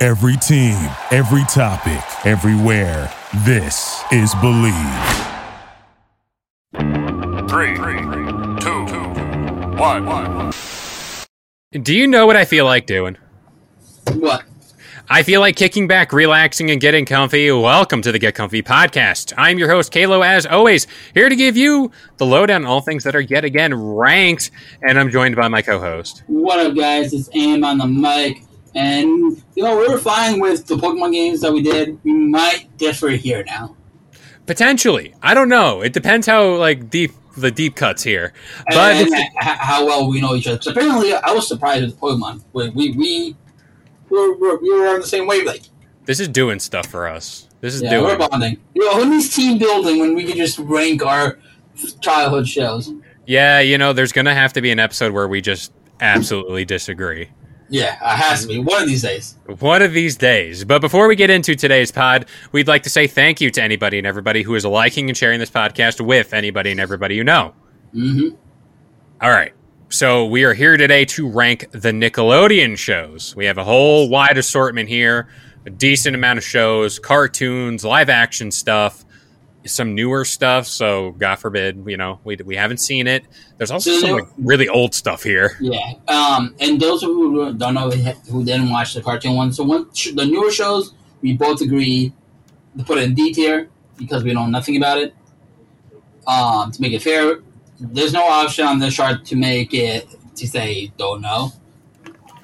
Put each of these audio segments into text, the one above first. Every team, every topic, everywhere. This is Believe. Three, two, one, one. Do you know what I feel like doing? What? I feel like kicking back, relaxing, and getting comfy. Welcome to the Get Comfy Podcast. I'm your host, Kalo, as always, here to give you the lowdown on all things that are yet again ranked. And I'm joined by my co host. What up, guys? It's Aim on the mic. And, you know, we were fine with the Pokemon games that we did. We might differ here now. Potentially. I don't know. It depends how like deep the deep cuts here. But And, and h- how well we know each other. 'Cause apparently, I was surprised with Pokemon. We, we, we, we're, we're, we were on the same wavelength. this is doing stuff for us. This is Yeah, doing we're bonding. You know, who needs team building when we can just rank our childhood shows? Yeah, you know, there's gonna have to be an episode where we just absolutely disagree. Yeah, Uh, it has to be. One of these days. One of these days. But before we get into today's pod, we'd like to say thank you to anybody and everybody who is liking and sharing this podcast with anybody and everybody you know. Mm-hmm. All right. So we are here today to rank the Nickelodeon shows. We have a whole wide assortment here, a decent amount of shows, cartoons, live action stuff, some newer stuff. So God forbid, you know, we, we haven't seen it. There's also So some there- like, really old stuff here. Yeah. Um, and those who don't know who didn't watch the cartoon one, so one sh- the newer shows, we both agree to put it in D tier because we know nothing about it. Um, to make it fair, there's no option on this chart to make it to say don't know.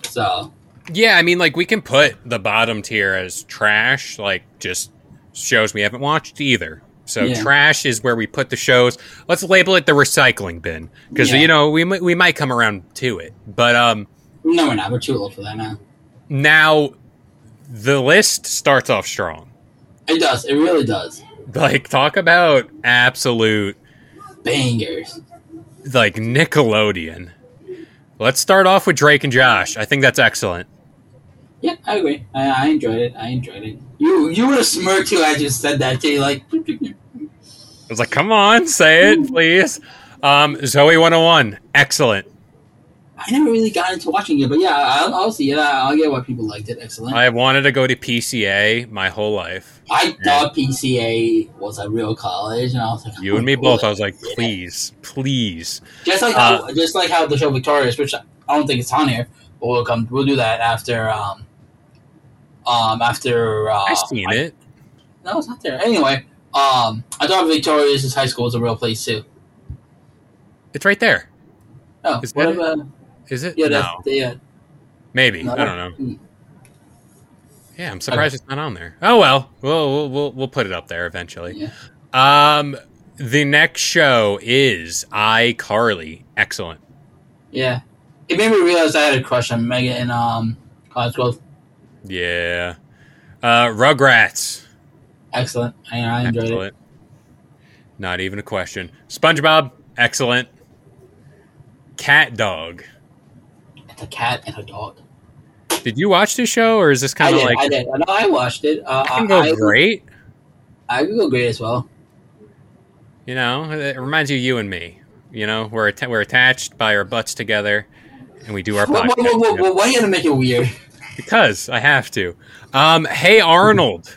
So Yeah, I mean, like we can put the bottom tier as trash, like just shows we haven't watched either. So Yeah. trash is where we put the shows. Let's label it the recycling bin because Yeah. you know we mi- we might come around to it. But um, no, we're not. We're too old for that now. now the list starts off strong. It does. It really does. Like talk about absolute Bangers. like Nickelodeon. Let's start off with Drake and Josh. I think that's excellent. Yeah, I agree. I, I enjoyed it. I enjoyed it. You you would have smirked too. I just said that to you, like I was like, come on, say it, please. Um, Zoe 101, excellent. I never really got into watching it, but yeah, I'll, I'll see it. I'll get why people liked it. Excellent. I, I wanted to go to PCA my whole life. thought PCA was a real college, and I was like, You and me both. I was like, please, please. just like uh, how, just like how the show Victorious, which I don't think it's on here, but we'll come. We'll do that after. Um, um, after uh, I've seen it. No, it's not there. Anyway, um, I thought Victorious' high school was a real place too. It's right there. Oh, Is that what it? about, Is it? yeah, that's uh, no. yeah. Maybe. no, I don't know. mm. Yeah, I'm surprised it's not on there. Oh well. We'll we'll we'll, we'll put it up there eventually. Yeah. Um the next show is iCarly. Excellent. Yeah, it made me realize I had a crush on Megan and um, College Grove. Yeah. Uh Rugrats. Excellent. I, I enjoyed it. Excellent. Not even a question. SpongeBob, excellent. Cat Dog. It's a cat and a dog. Did you watch this show, or is this I kind of did, like I did. No, I watched it. Uh, I I, can go I, great? I could go great as well. You know, it reminds you, of you and me. You know, we're atta- we're attached by our butts together, and we do our Whoa, whoa, podcast whoa, whoa, together. whoa, why are you gonna make it weird? because I have to. Um, hey Arnold,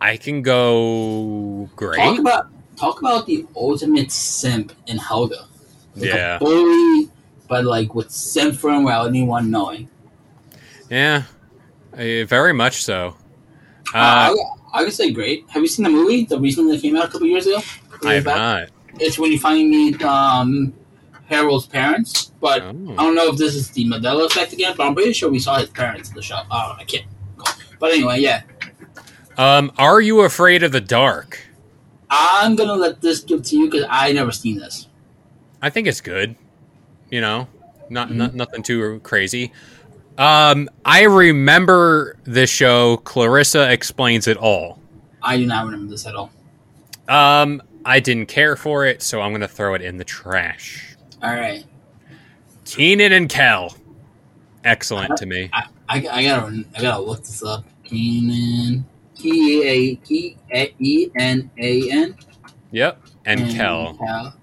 I can go Talk great. about talk about the ultimate simp in Helga. Like Yeah. A bully, but like with simp for him without anyone knowing. Yeah, eh, very much so. Uh, Uh, I, I would say great. Have you seen the movie? The recent that came out a couple years ago. I have Back? not. It's when you finally meet um, Harold's parents, but Oh. I don't know if this is the Modelo effect again. But I'm pretty sure we saw his parents in the shop. Oh, I can't. recall. But anyway, yeah, Um, are you afraid of the dark? I'm gonna let this give to you because I never seen this. I think it's good. You know, not, not nothing too crazy. Um, I remember this show. Clarissa explains it all. I do not remember this at all. Um, I didn't care for it, so I'm gonna throw it in the trash. All right, Keenan and Kel, excellent to me. I, I, I gotta I gotta look this up. Keenan, K A E A- E N A N. Yep, and Mm, Kel. Cal.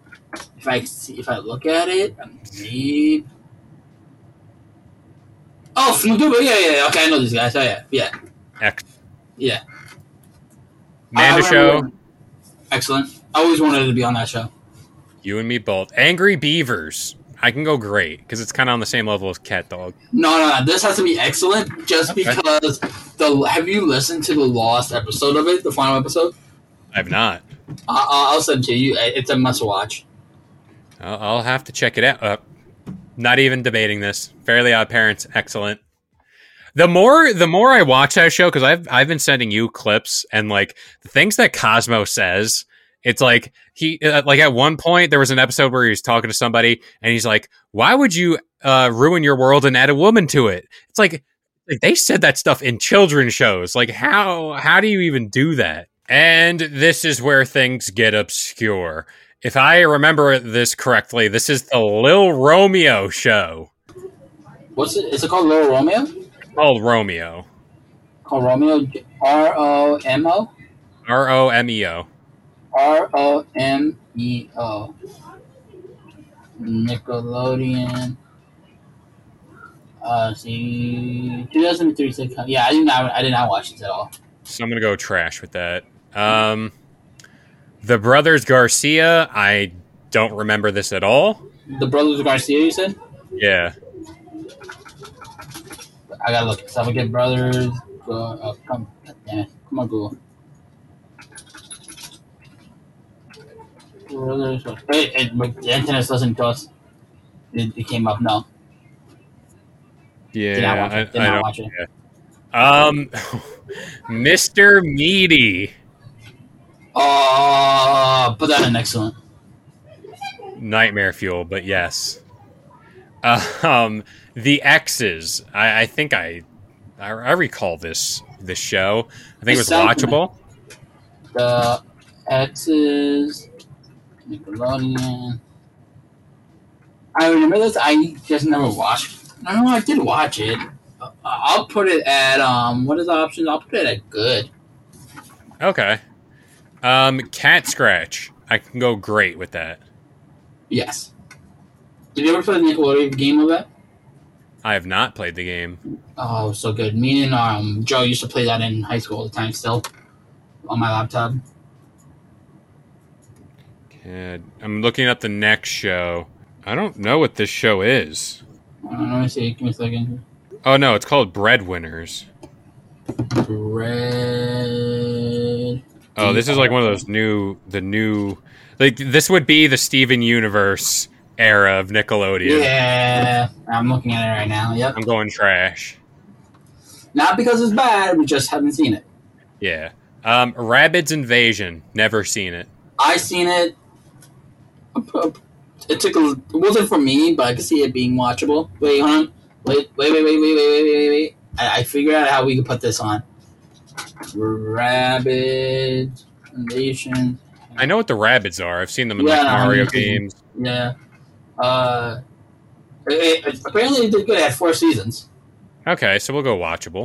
If I see, if I look at it, I'm maybe. Oh, Snoodoobie, yeah, yeah, yeah. Okay, I know these guys. Oh, yeah, yeah, Ex- yeah. I- I Amanda remember- show. Excellent. I always wanted to be on that show. You and me both. Angry Beavers. I can go great because it's kind of on the same level as Cat Dog. No, no, no. This has to be excellent, just Okay. because the. Have you listened to the lost episode of it? The final episode. I've not. I, I- I'll send it to you. I- It's a must watch. I'll, I'll have to check it out. Uh, not even debating this. Fairly Odd Parents, excellent. The more the more I watch that show, because I've I've been sending you clips and like the things that Cosmo says. It's like he uh, like at one point there was an episode where he was talking to somebody and he's like, "Why would you uh, ruin your world and add a woman to it?" It's like, like they said that stuff in children's shows. Like how how do you even do that? And this is where things get obscure. If I remember this correctly, this is the Lil Romeo show What's it? Is it called Little Romeo? called Romeo. Called Romeo? R O M O. R O M E O. R O M E O. Nickelodeon. Uh, see, 2003 sitcom. Yeah, I did not. I did not watch this at all. So I'm gonna go trash with that. Um, the Brothers Garcia. I don't remember this at all. The Brothers Garcia, you said? Yeah, I gotta look. So I get Brothers. Go, uh, come, yeah, come on, Google. Brothers. Wait, it, but the internet's listening to us. It, it came up. No, yeah. did not watch it. Did I- I not don't- watch it. Um, Mr. Meaty. Oh, put that in excellent. nightmare fuel, but yes. Um, the X's. I, I think I, I, I recall this this show. I think it was It sounds watchable. The X's, Nickelodeon. I remember this. I just never watched. No, no, I did watch it. Uh, I'll put it at um. What is the options? I'll put it at good. Okay. Um, Cat Scratch. I can go great with that. Yes. Did you ever play the Nickelodeon game of that? I have not played the game. Oh, it was so good. Me and um Joe used to play that in high school all the time. Still on my laptop. Cat- I'm looking up the next show. I don't know what this show is. Uh, let me see. Give me a second. Oh no, it's called Breadwinners. Red. Oh, this is like one of those new, the new, like this would be the Steven Universe era of Yeah. Nickelodeon. I'm looking at it right now. Yep. I'm going trash. Not because it's bad. We just haven't seen it. Yeah. Um, Rabbids Invasion. Never seen it. I seen it. It took a. It wasn't for me, but I could see it being watchable. Wait, hold on. Wait, wait, wait, wait, wait, wait, wait, wait, wait. I, I figured out how we could put this on. Rabbit Nation. I know what the Rabbids are. I've seen them in Yeah, like Mario I mean- games. Yeah. Uh. It, it, apparently, it did good. It had four seasons. Okay, so we'll go watchable.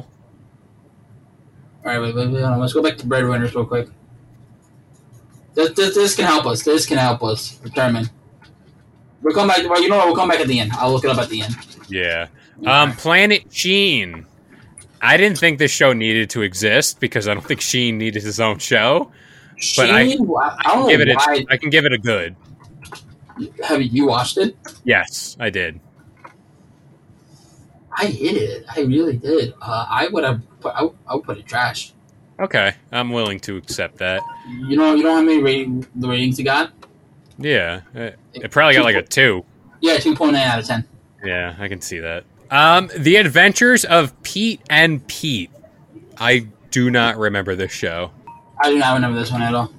All right, wait, wait, wait, hold on. Let's go back to Breadwinners real quick. This, this, this can help us. This can help us determine. We'll come back. Well, you know what? We'll come back at the end. I'll look it up at the end. Yeah. Um, Planet Sheen. I didn't think this show needed to exist because I don't think Sheen needed his own show. But I- Sheen, why- I, don't Give it know a, why. I can give it a good. Have you watched it? Yes, I did. I hated it. I really did. Uh, I would have. Put, I, would, I would put it trash. Okay, I'm willing to accept that. You know. You know how many rating, the ratings it got? Yeah, it, it probably got like a two. Yeah, two point eight out of ten. Yeah, I can see that. Um, the Adventures of Pete and Pete. I do not remember this show. I do not remember this one at all.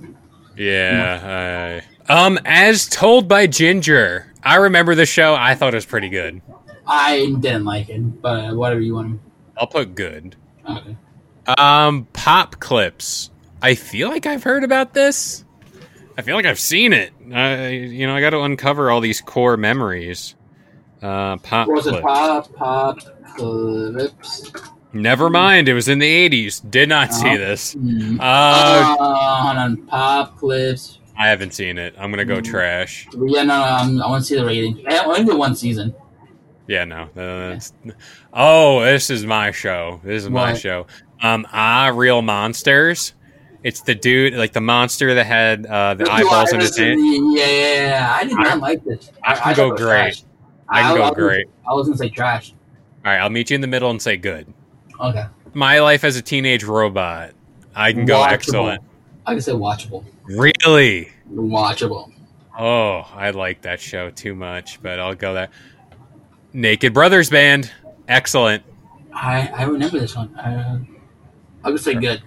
Yeah. I, um, as told by Ginger, I remember the show. I thought it was pretty good. I didn't like it, but whatever you want. I'll put good. Okay. Um, pop clips. I feel like I've heard about this. I feel like I've seen it. I, you know, I got to uncover all these core memories. Uh, pop What was it? clips. Pop, pop, clips. Never mind. It was in the 80s. Did not Uh-huh. see this. Mm. Uh, Uh, hold on. Pop, clips. I haven't seen it. I'm going to Mm. go trash. Yeah, no, no I'm, I want to see the rating. I only did one season. Yeah, no. uh, that's- oh, this is my show. This is my What? show. Um, Ah, Real Monsters. It's the dude, like the monster that had uh, the eyeballs in his hand. Yeah, yeah, yeah. I did not like this. I can thought it go was great. trash. I can go wasn't- great. I was gonna say trash. All right, I'll meet you in the middle and say good. Okay. My life as a teenage robot. I can go Watchable. excellent. I can say watchable. Really? Watchable. Oh, I like that show too much, but I'll go that. Naked Brothers Band. Excellent. I, I remember this one. I, uh, I would say good.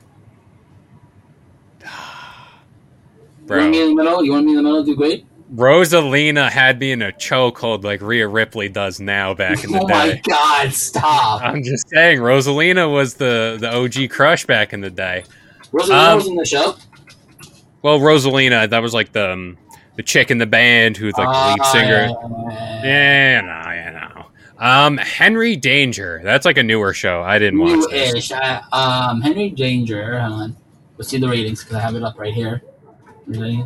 You Bro. want me in the middle? You want me in the middle? Do great. Rosalina had me in a chokehold like Rhea Ripley does now back in the oh day. Uh, my God! Stop. I'm just saying, Rosalina was the, the OG crush back in the day. Rosalina um, was in the show. Well, Rosalina, that was like the um, the chick in the band who's like the lead Ah, singer. yeah. Yeah, no, yeah, no. Um, Henry Danger. That's like a newer show. I didn't watch this. New-ish. I, um, Henry Danger. Hold on. Let's see the ratings because I have it up right here. Really?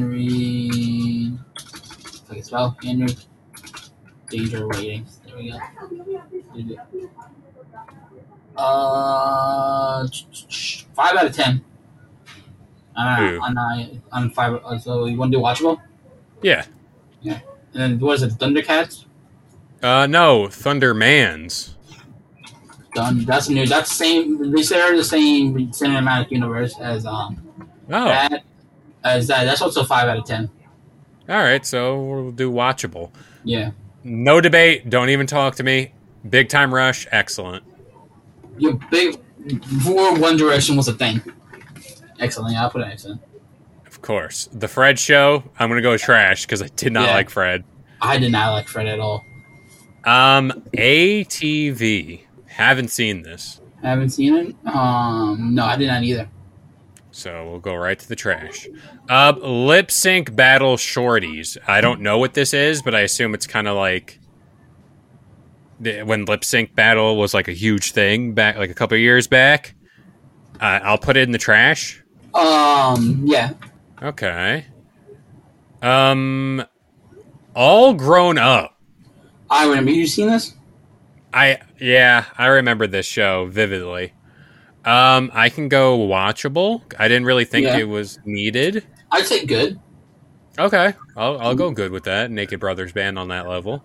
Henry. If I can spell Henry Danger ratings. There we go. Uh, five out of ten. Uh, Ooh. on uh, on five. uh, So you want to do watchable? Yeah. And then what is it? Thundercats. Uh, no, Thundermans. done. That's new. That's same. They share the same cinematic universe as um Oh, all that as that. That's also five out of ten. right. So we'll do watchable. Yeah, No debate. Don't even talk to me. Big Time Rush. Excellent. your big before One Direction was a thing. Excellent. Yeah, I put it excellent. Of course. The Fred Show, I'm going to go trash because I did not Yeah. like Fred. I did not like Fred at all. Um, ATV. Haven't seen this. Haven't seen it. Um, no, I did not either. So we'll go right to the trash. Uh, Lip Sync Battle Shorties. I don't know what this is, but I assume it's kind of like the, when Lip Sync Battle was like a huge thing back, like a couple of years back. Uh, I'll put it in the trash. Um, yeah, Okay. Um, All Grown Up. I remember. You seen this? I yeah, I remember this show vividly. Um, I can go watchable. I didn't really think Yeah. it was needed. I'd say good. Okay, I'll I'll go good with that. Naked Brothers band on that level.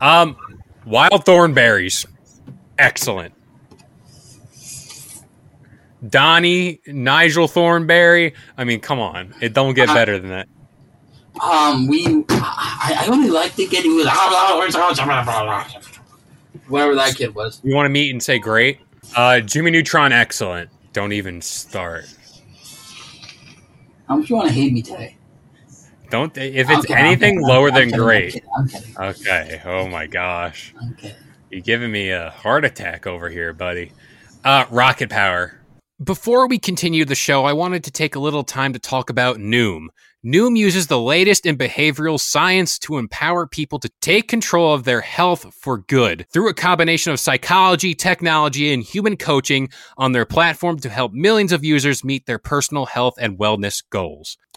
Um, Wild Thornberries, excellent. Donnie Nigel Thornberry. I mean, come on, it don't get better than that. Um, we. I, I only liked it getting with whatever that kid was. You want to meet and say great. Uh, Jimmy Neutron, excellent. Don't even start. How much you want to hate me today? Don't if it's Okay, I'm anything kidding, I'm- lower I'm than kidding, I'm great. kidding, I'm kidding. Okay. Oh my gosh. I'm kidding. You're giving me a heart attack over here, buddy. Uh, rocket power. Before we continue the show, I wanted to take a little time to talk about Noom. Noom uses the latest in behavioral science to empower people to take control of their health for good through a combination of psychology, technology, and human coaching on their platform to help millions of users meet their personal health and wellness goals.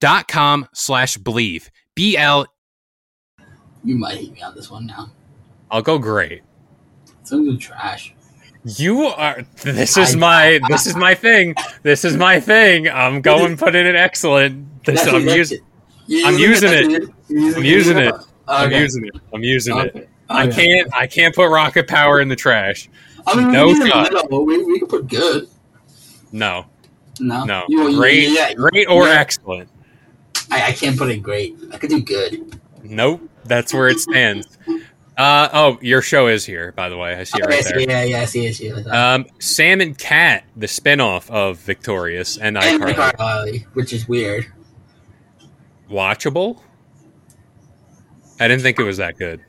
dot com slash believe. B-L You might hate me on this one now. I'll go great. Some good trash. You are. This is my. This is my thing. This is my thing. I'm going putting it excellent. This, That's I'm it, using. You- I'm you- using it. that's I'm using it. Okay. I'm using it. I'm using it. Okay. I Okay. can't. I can't put rocket power in the trash. I mean, we No can use it in shot. the middle. We, we can put good. No. No, No. Uh, You- you- Great. yeah, Great or yeah. excellent. I, I can't put it great. I could do good. Nope. That's where it stands. Uh, oh, your show is here, by the way. I see it Okay, I right see, there. yeah, yeah, I see, I see. I see. Um, Sam and Cat, the spinoff of Victorious and and iCarly, iCarly, which is weird. watchable. I didn't think it was that good.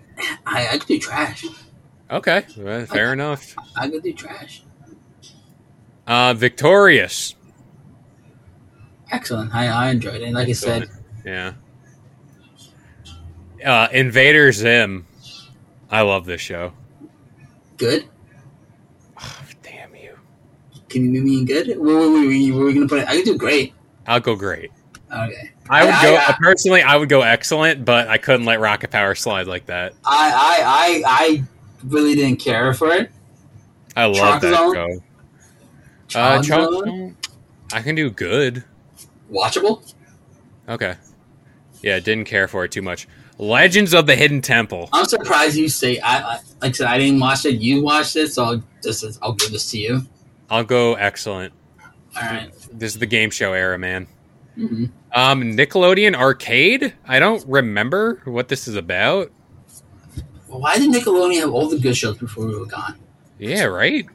I, I could do trash. Okay, well, fair enough. I could do trash. Uh, Victorious. Excellent. I, I enjoyed it. And like I said, Yeah. Uh, Invader Zim. I love this show. good. Damn you. Can you do me good? Where were we, where we going to put it? I could do great. I'll go great. Okay. I would go uh, I, I, personally. I would go excellent, but I couldn't let Rocket Power slide like that. I, I, I really didn't care for it. I love that Chalk show. Uh, Child's Chalk Zone, Zone? I can do good. Watchable. Okay. Yeah, didn't care for it too much. Legends of the Hidden Temple. I'm surprised you say I, I like I said I didn't watch it. You watched it, so I'll, this is I'll give this to you. I'll go excellent. All right. This is the game show era, man. Mhm. Um, Nickelodeon Arcade. I don't remember what this is about. Well, why did Nickelodeon have all the good shows before we were gone? Yeah, right.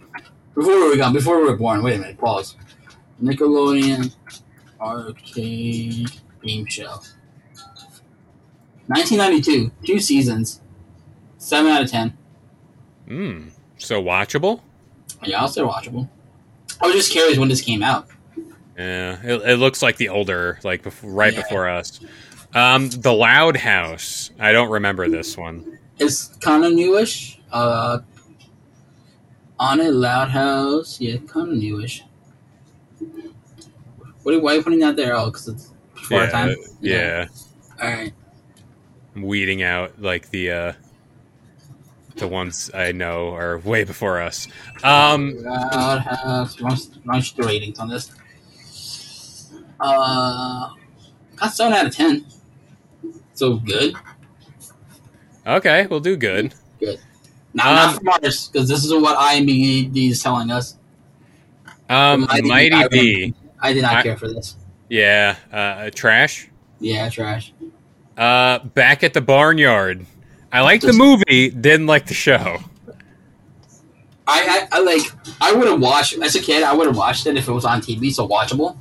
Before we were gone, before we were born. Wait a minute, pause. Nickelodeon arcade game show. 1992, two seasons, seven out of ten. Mm. So watchable. Yeah, I'll say watchable. I was just curious when this came out. Yeah, it, it looks like the older, like before, right Yeah. before us. Um, the Loud House. I don't remember this one. It's kind of newish. Uh, on a loud house, yeah, kind of newish. What? are- Why are you putting that there? Oh, because it's before our Yeah, time. yeah. All right. I'm weeding out like the uh, the ones I know are way before us. Um, Loud house. Launch, launch the ratings on this. Uh, got seven out of ten. So good, okay, we'll do good. good. Now, not Um, from ours, because this is what IMDb is telling us. Um, I didn't- I Mighty don't- B. I did not I- care for this. Yeah, uh, trash. Yeah, trash. Uh, back at the barnyard. I liked the Just- movie, didn't like the show. I, I, I like I would have watched as a kid. I would have watched it if it was on TV, so watchable.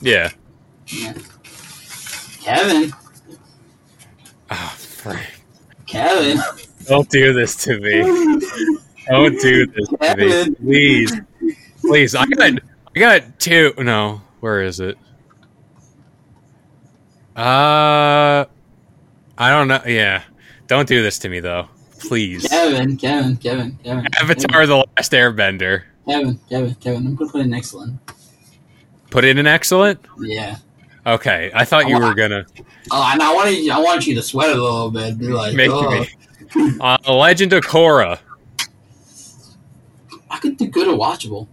Yeah. Yeah. Kevin, Oh, Frank. Kevin, Don't do this to me. Don't do this to me. Kevin. Please. Please. I got I got two no, where is it? Uh I don't know. Yeah. Don't do this to me though. Please. Kevin, Kevin, Kevin, Kevin. Avatar the Last Airbender. Kevin, Kevin, Kevin. I'm gonna put an excellent. Put it in excellent. Yeah. Okay, I thought you were gonna Oh, and I want you, I want you to sweat a little bit. Be like, make oh, me. Uh, Legend of Korra. I could do good or watchable.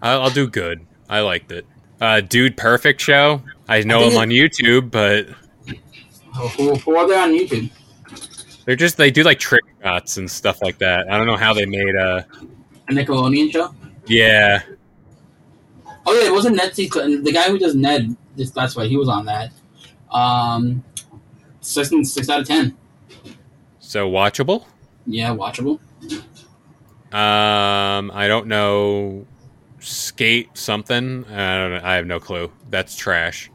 I'll, I'll do good. I liked it. Uh, Dude Perfect Show. I know think him it- on YouTube, but Oh, Who, who are they on YouTube? they're just they do like trick shots and stuff like that. I don't know how they made uh A Nickelodeon show? yeah. Oh yeah, it wasn't Ned Sinclair. The guy who does Ned, this, that's why he was on that. Um, six and six out of ten. So watchable. Yeah, watchable. Um, I don't know. Skate something. I don't know. I have no clue. That's trash.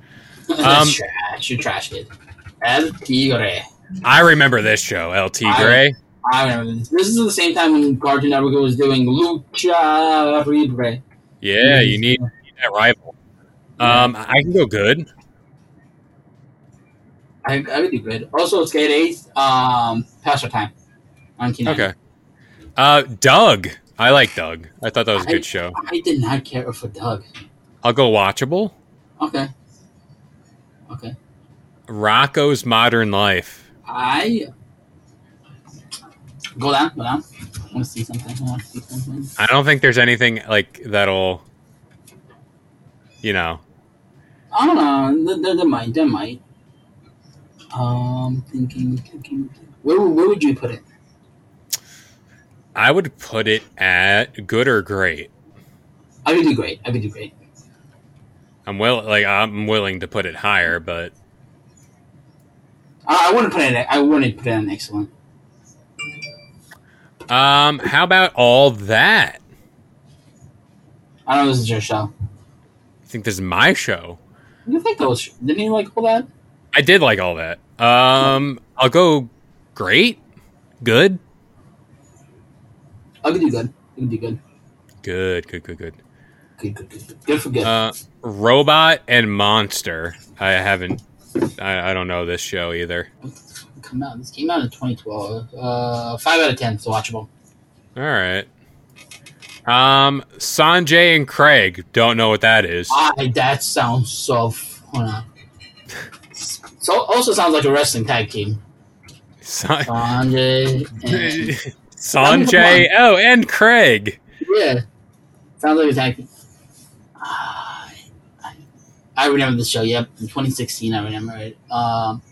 Um, that's trash. You trash kid. El Tigre. I remember this show, LT Gray. I remember this. This is the same time when Cartoon Network was doing Lucha Libre. Yeah, Mm-hmm. you need, you need that rival. Um, I can go good. I, I would do good. Also, Skate Eight. Um, Passer Time. On Keenan. Okay. Uh, Doug. I like Doug. I thought that was a I- good show. I did not care for Doug. I'll go watchable. Okay. Okay. Rocco's Modern Life. I go down, go down. I want to see something. I want to see something. I don't think there's anything like that'll, you know. I don't know. There, there, there might, there might. Um, thinking, thinking. Where, would- where would you put it? I would put it at good or great. I would do great. I would do great. I'm will like I'm willing to put it higher, but I, I wouldn't put it. I wouldn't put it on excellent. um, how about all that? I don't know. This is your show. I think this is my show. You think those? Didn't you like all that? I did like all that. Um, I'll go great, good, I would do good. I would do good. good, good, good, good. Good, good, good, good. Good for good. Uh, robot and monster. I haven't. I, I don't know this show either. Come out. This came out in 2012. Uh, five out of ten. It's watchable. All right. Um, Sanjay and Craig. Don't know what that is. I that sounds so. f- Hold on. So also sounds like a wrestling tag team. San- Sanjay and Sanjay. Oh, and Craig. yeah, sounds like a tag team. I, I, I remember the show. Yep, in 2016, I remember it. Um,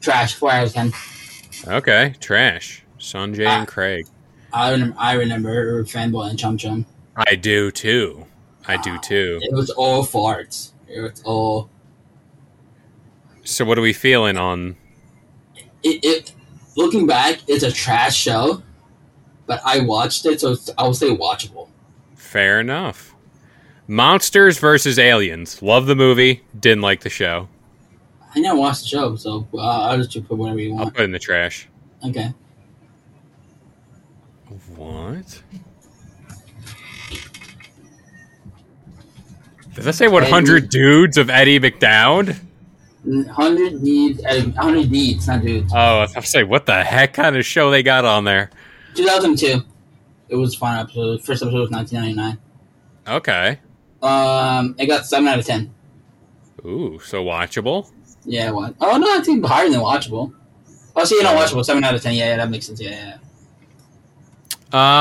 trash. Four out of ten. Okay, trash. Sanjay Ah. and Craig. I remember. I remember Fanboy and Chum Chum. I do too. I do too. It was all farts. It was all. So what are we feeling on? It, it looking back, it's a trash show, but I watched it, so it's, I would say watchable. Fair enough. Monsters versus aliens. Love the movie. Didn't like the show. I never watched the show, so uh, I'll just put whatever you I'll want. put it in the trash. Okay. What? Did I say 100 dudes of Eddie McDowd? 100 deeds, uh, 100 deeds, not dudes. Oh, I was gonna say, what the heck kind of show they got on there? 2002. It was a fun episode. First episode was 1999. Okay. Um, it got 7 out of 10. Ooh, so watchable. Yeah, it was. Oh, no, I think higher than watchable. Oh, see, you know, watchable. 7 out of 10. Yeah, yeah, that makes sense. Yeah, yeah.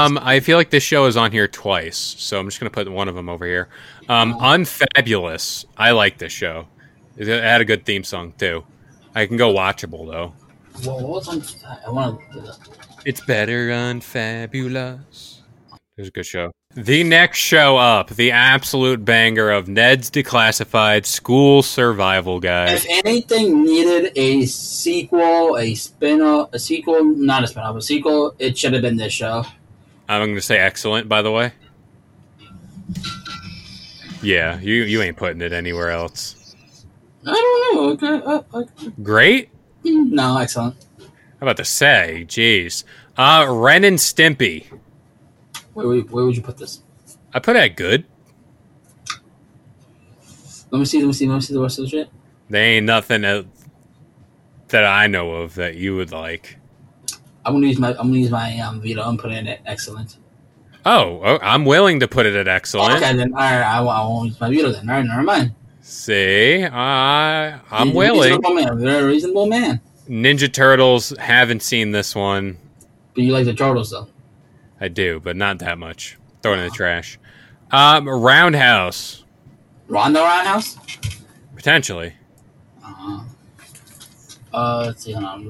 Um, I feel like this show is on here twice, so I'm just gonna put one of them over here. Um, Unfabulous. I like this show. It had a good theme song too. I can go watchable though. yeah. What, what was on? I want to look it up. It's better unfabulous. It was a good show. The next show up, the absolute banger of Ned's Declassified School Survival Guide. If anything needed a sequel, a spin off, a sequel, not a spin off, a sequel, it should have been this show. I'm gonna say excellent, by the way. Yeah, you you ain't putting it anywhere else. I don't know. Okay. Uh, uh, Great. mm, no, excellent. I'm about to say, jeez. Uh, Ren and Stimpy. Where, where, where would you put this? I put that good. Let me see. Let me see. Let me see the rest of the shit. They ain't nothing that, that I know of that you would like. I'm gonna use my. I'm gonna use my um, veto and put in it. Excellent. Oh, oh, I'm willing to put it at excellent. Okay, then all right, I, I won't use my veto then. All right, never mind. See, I I'm He's a willing. Reasonable man, very reasonable man. Ninja Turtles haven't seen this one. But you like the turtles though. I do, but not that much. Throw it in the trash. Um, Roundhouse Ronda Roundhouse. potentially. Uh, uh, let's see, hold on.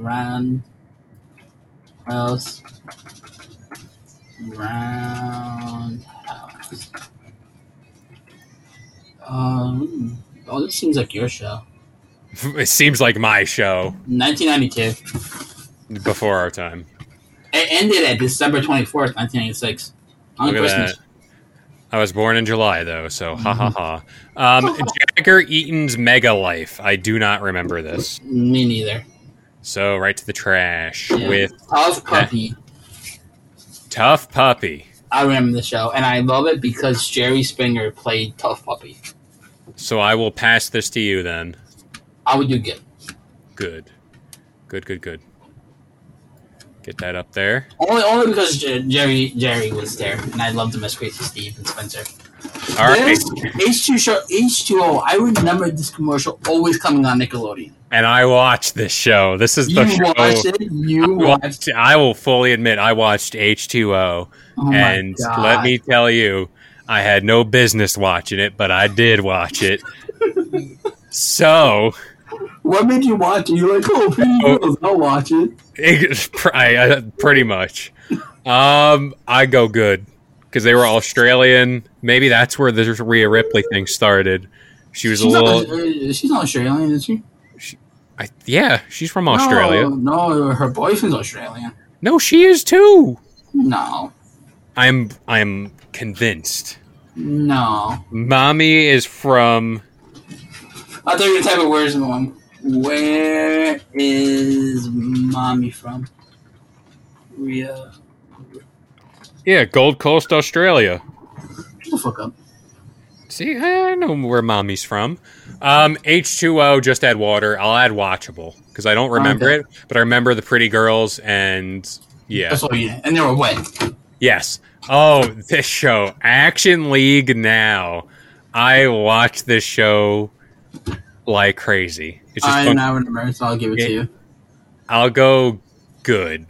Roundhouse. Roundhouse. Um, oh, this seems like your show. It seems like my show 1992. before our time. It ended at December 24th, 1996. On Look at Christmas. that. I was born in July though, so ha ha ha. Um, Jagger Eaton's Mega Life. I do not remember this, Me neither. so right to the trash Yeah. with Tough Puppy. Tough Puppy. I remember the show, and I love it because Jerry Springer played Tough Puppy. So I will pass this to you then. I would do good. Good, good, good, good. Get that up there. Only, only because Jer- Jerry Jerry was there, and I loved him as Crazy Steve and Spencer. All right, H two show H two O. I remember this commercial always coming on Nickelodeon. and I watched this show. This is the You show. watched it. You I watched. watched- I will fully admit I watched H2O, Oh my and God. let me tell you, I had no business watching it, but I did watch it. so What made you watch it? You're like, oh, pretty Oh. girls. I'll watch it. it, I, I- pretty much, um, I go good because they were Australian. Maybe that's where the Rhea Ripley thing started. She was a She's not, little, uh, she's not Australian, is she? I, yeah, she's from Australia. No, no, her boyfriend's Australian. No, she is too. No, I'm, I'm convinced. no. Mommy is from I thought you were the type of where's mom. Where is mommy from? Rhea. Yeah, Gold Coast, Australia. Shut the fuck up. See, I know where mommy's from. Um, H2O, just add water. I'll add watchable because I don't remember Okay. it, but I remember the pretty girls and yeah. That's all you And they were wet. Yes. Oh, this show, Action League Now. I watch this show like crazy. It's just I fun- didn't have an emergency, so I'll give it to you. I'll go good.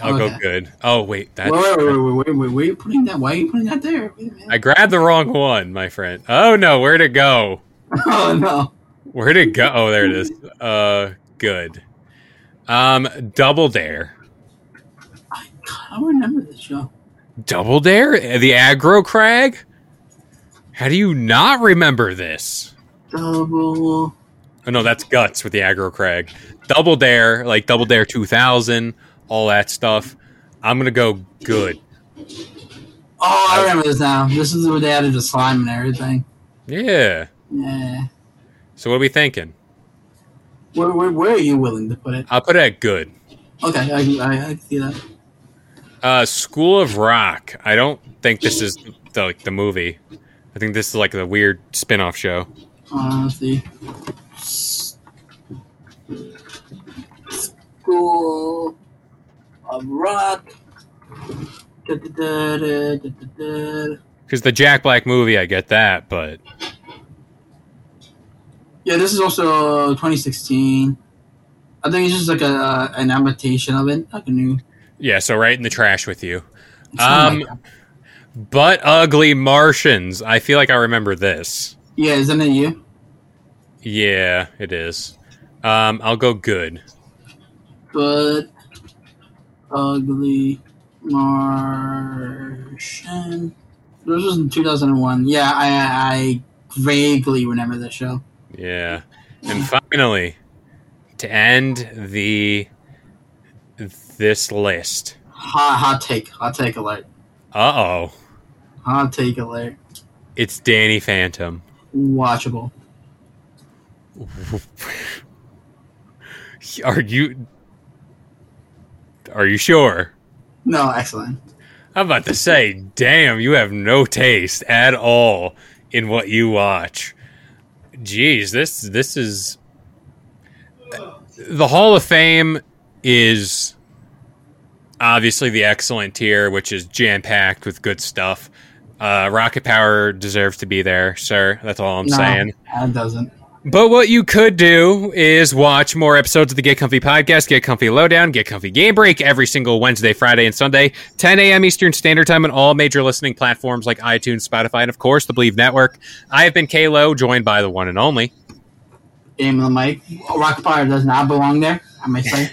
I'll Okay. go good. Oh, wait. That's, Wait, wait, wait, wait, wait, wait, wait. you putting that? Why are you putting that there? Wait a minute. I grabbed the wrong one, my friend. Oh, no. Where'd it go? oh, no. Where'd it go? Oh, there it is. Uh, good. Um, Double Dare. I don't remember this show. Double Dare? The aggro crag? How do you not remember this? Double. Oh, no, that's Guts with the aggro crag. Double Dare, like Double Dare 2000, all that stuff. I'm going to go good. Oh, I remember this now. This is where they added the slime and everything. Yeah. Yeah. So what are we thinking? Where, where, where are you willing to put it? I'll put it at good. Okay, I, can- I, I can see that. Uh, School of Rock. I don't think this is the, like the movie. I think this is like the weird spin-off show. Uh, let's see. School of Rock. Da, da, da, da, da, da, da. Because the Jack Black movie, I get that, but Yeah, this is also 2016. I think it's just like a uh, an imitation of it, like a new. yeah, so right in the trash with you. something Um, like that. but ugly Martians. I feel like I remember this. yeah, isn't it you? Yeah, it is. Um, I'll go good. But ugly Martian. This was in 2001. Yeah, I I vaguely remember the show. Yeah, and finally, to end the this list. Hot hot take, hot take alert, Uh oh, hot take alert. it's Danny Phantom. Watchable. Are you? Are you sure? No, excellent. I'm about to say, damn, you have no taste at all in what you watch. Jeez, this this is the Hall of Fame is obviously the excellent tier, which is jam packed with good stuff. Uh, Rocket Power deserves to be there, sir. That's all I'm no, saying. it doesn't. But what you could do is watch more episodes of the Get Comfy podcast, Get Comfy Lowdown, Get Comfy Game Break every single Wednesday, Friday, and Sunday, 10 a.m. Eastern Standard Time on all major listening platforms like iTunes, Spotify, and of course the Believe Network. I have been Kalo, joined by the one and only, Aim the mic. Rock Power does not belong there. I may say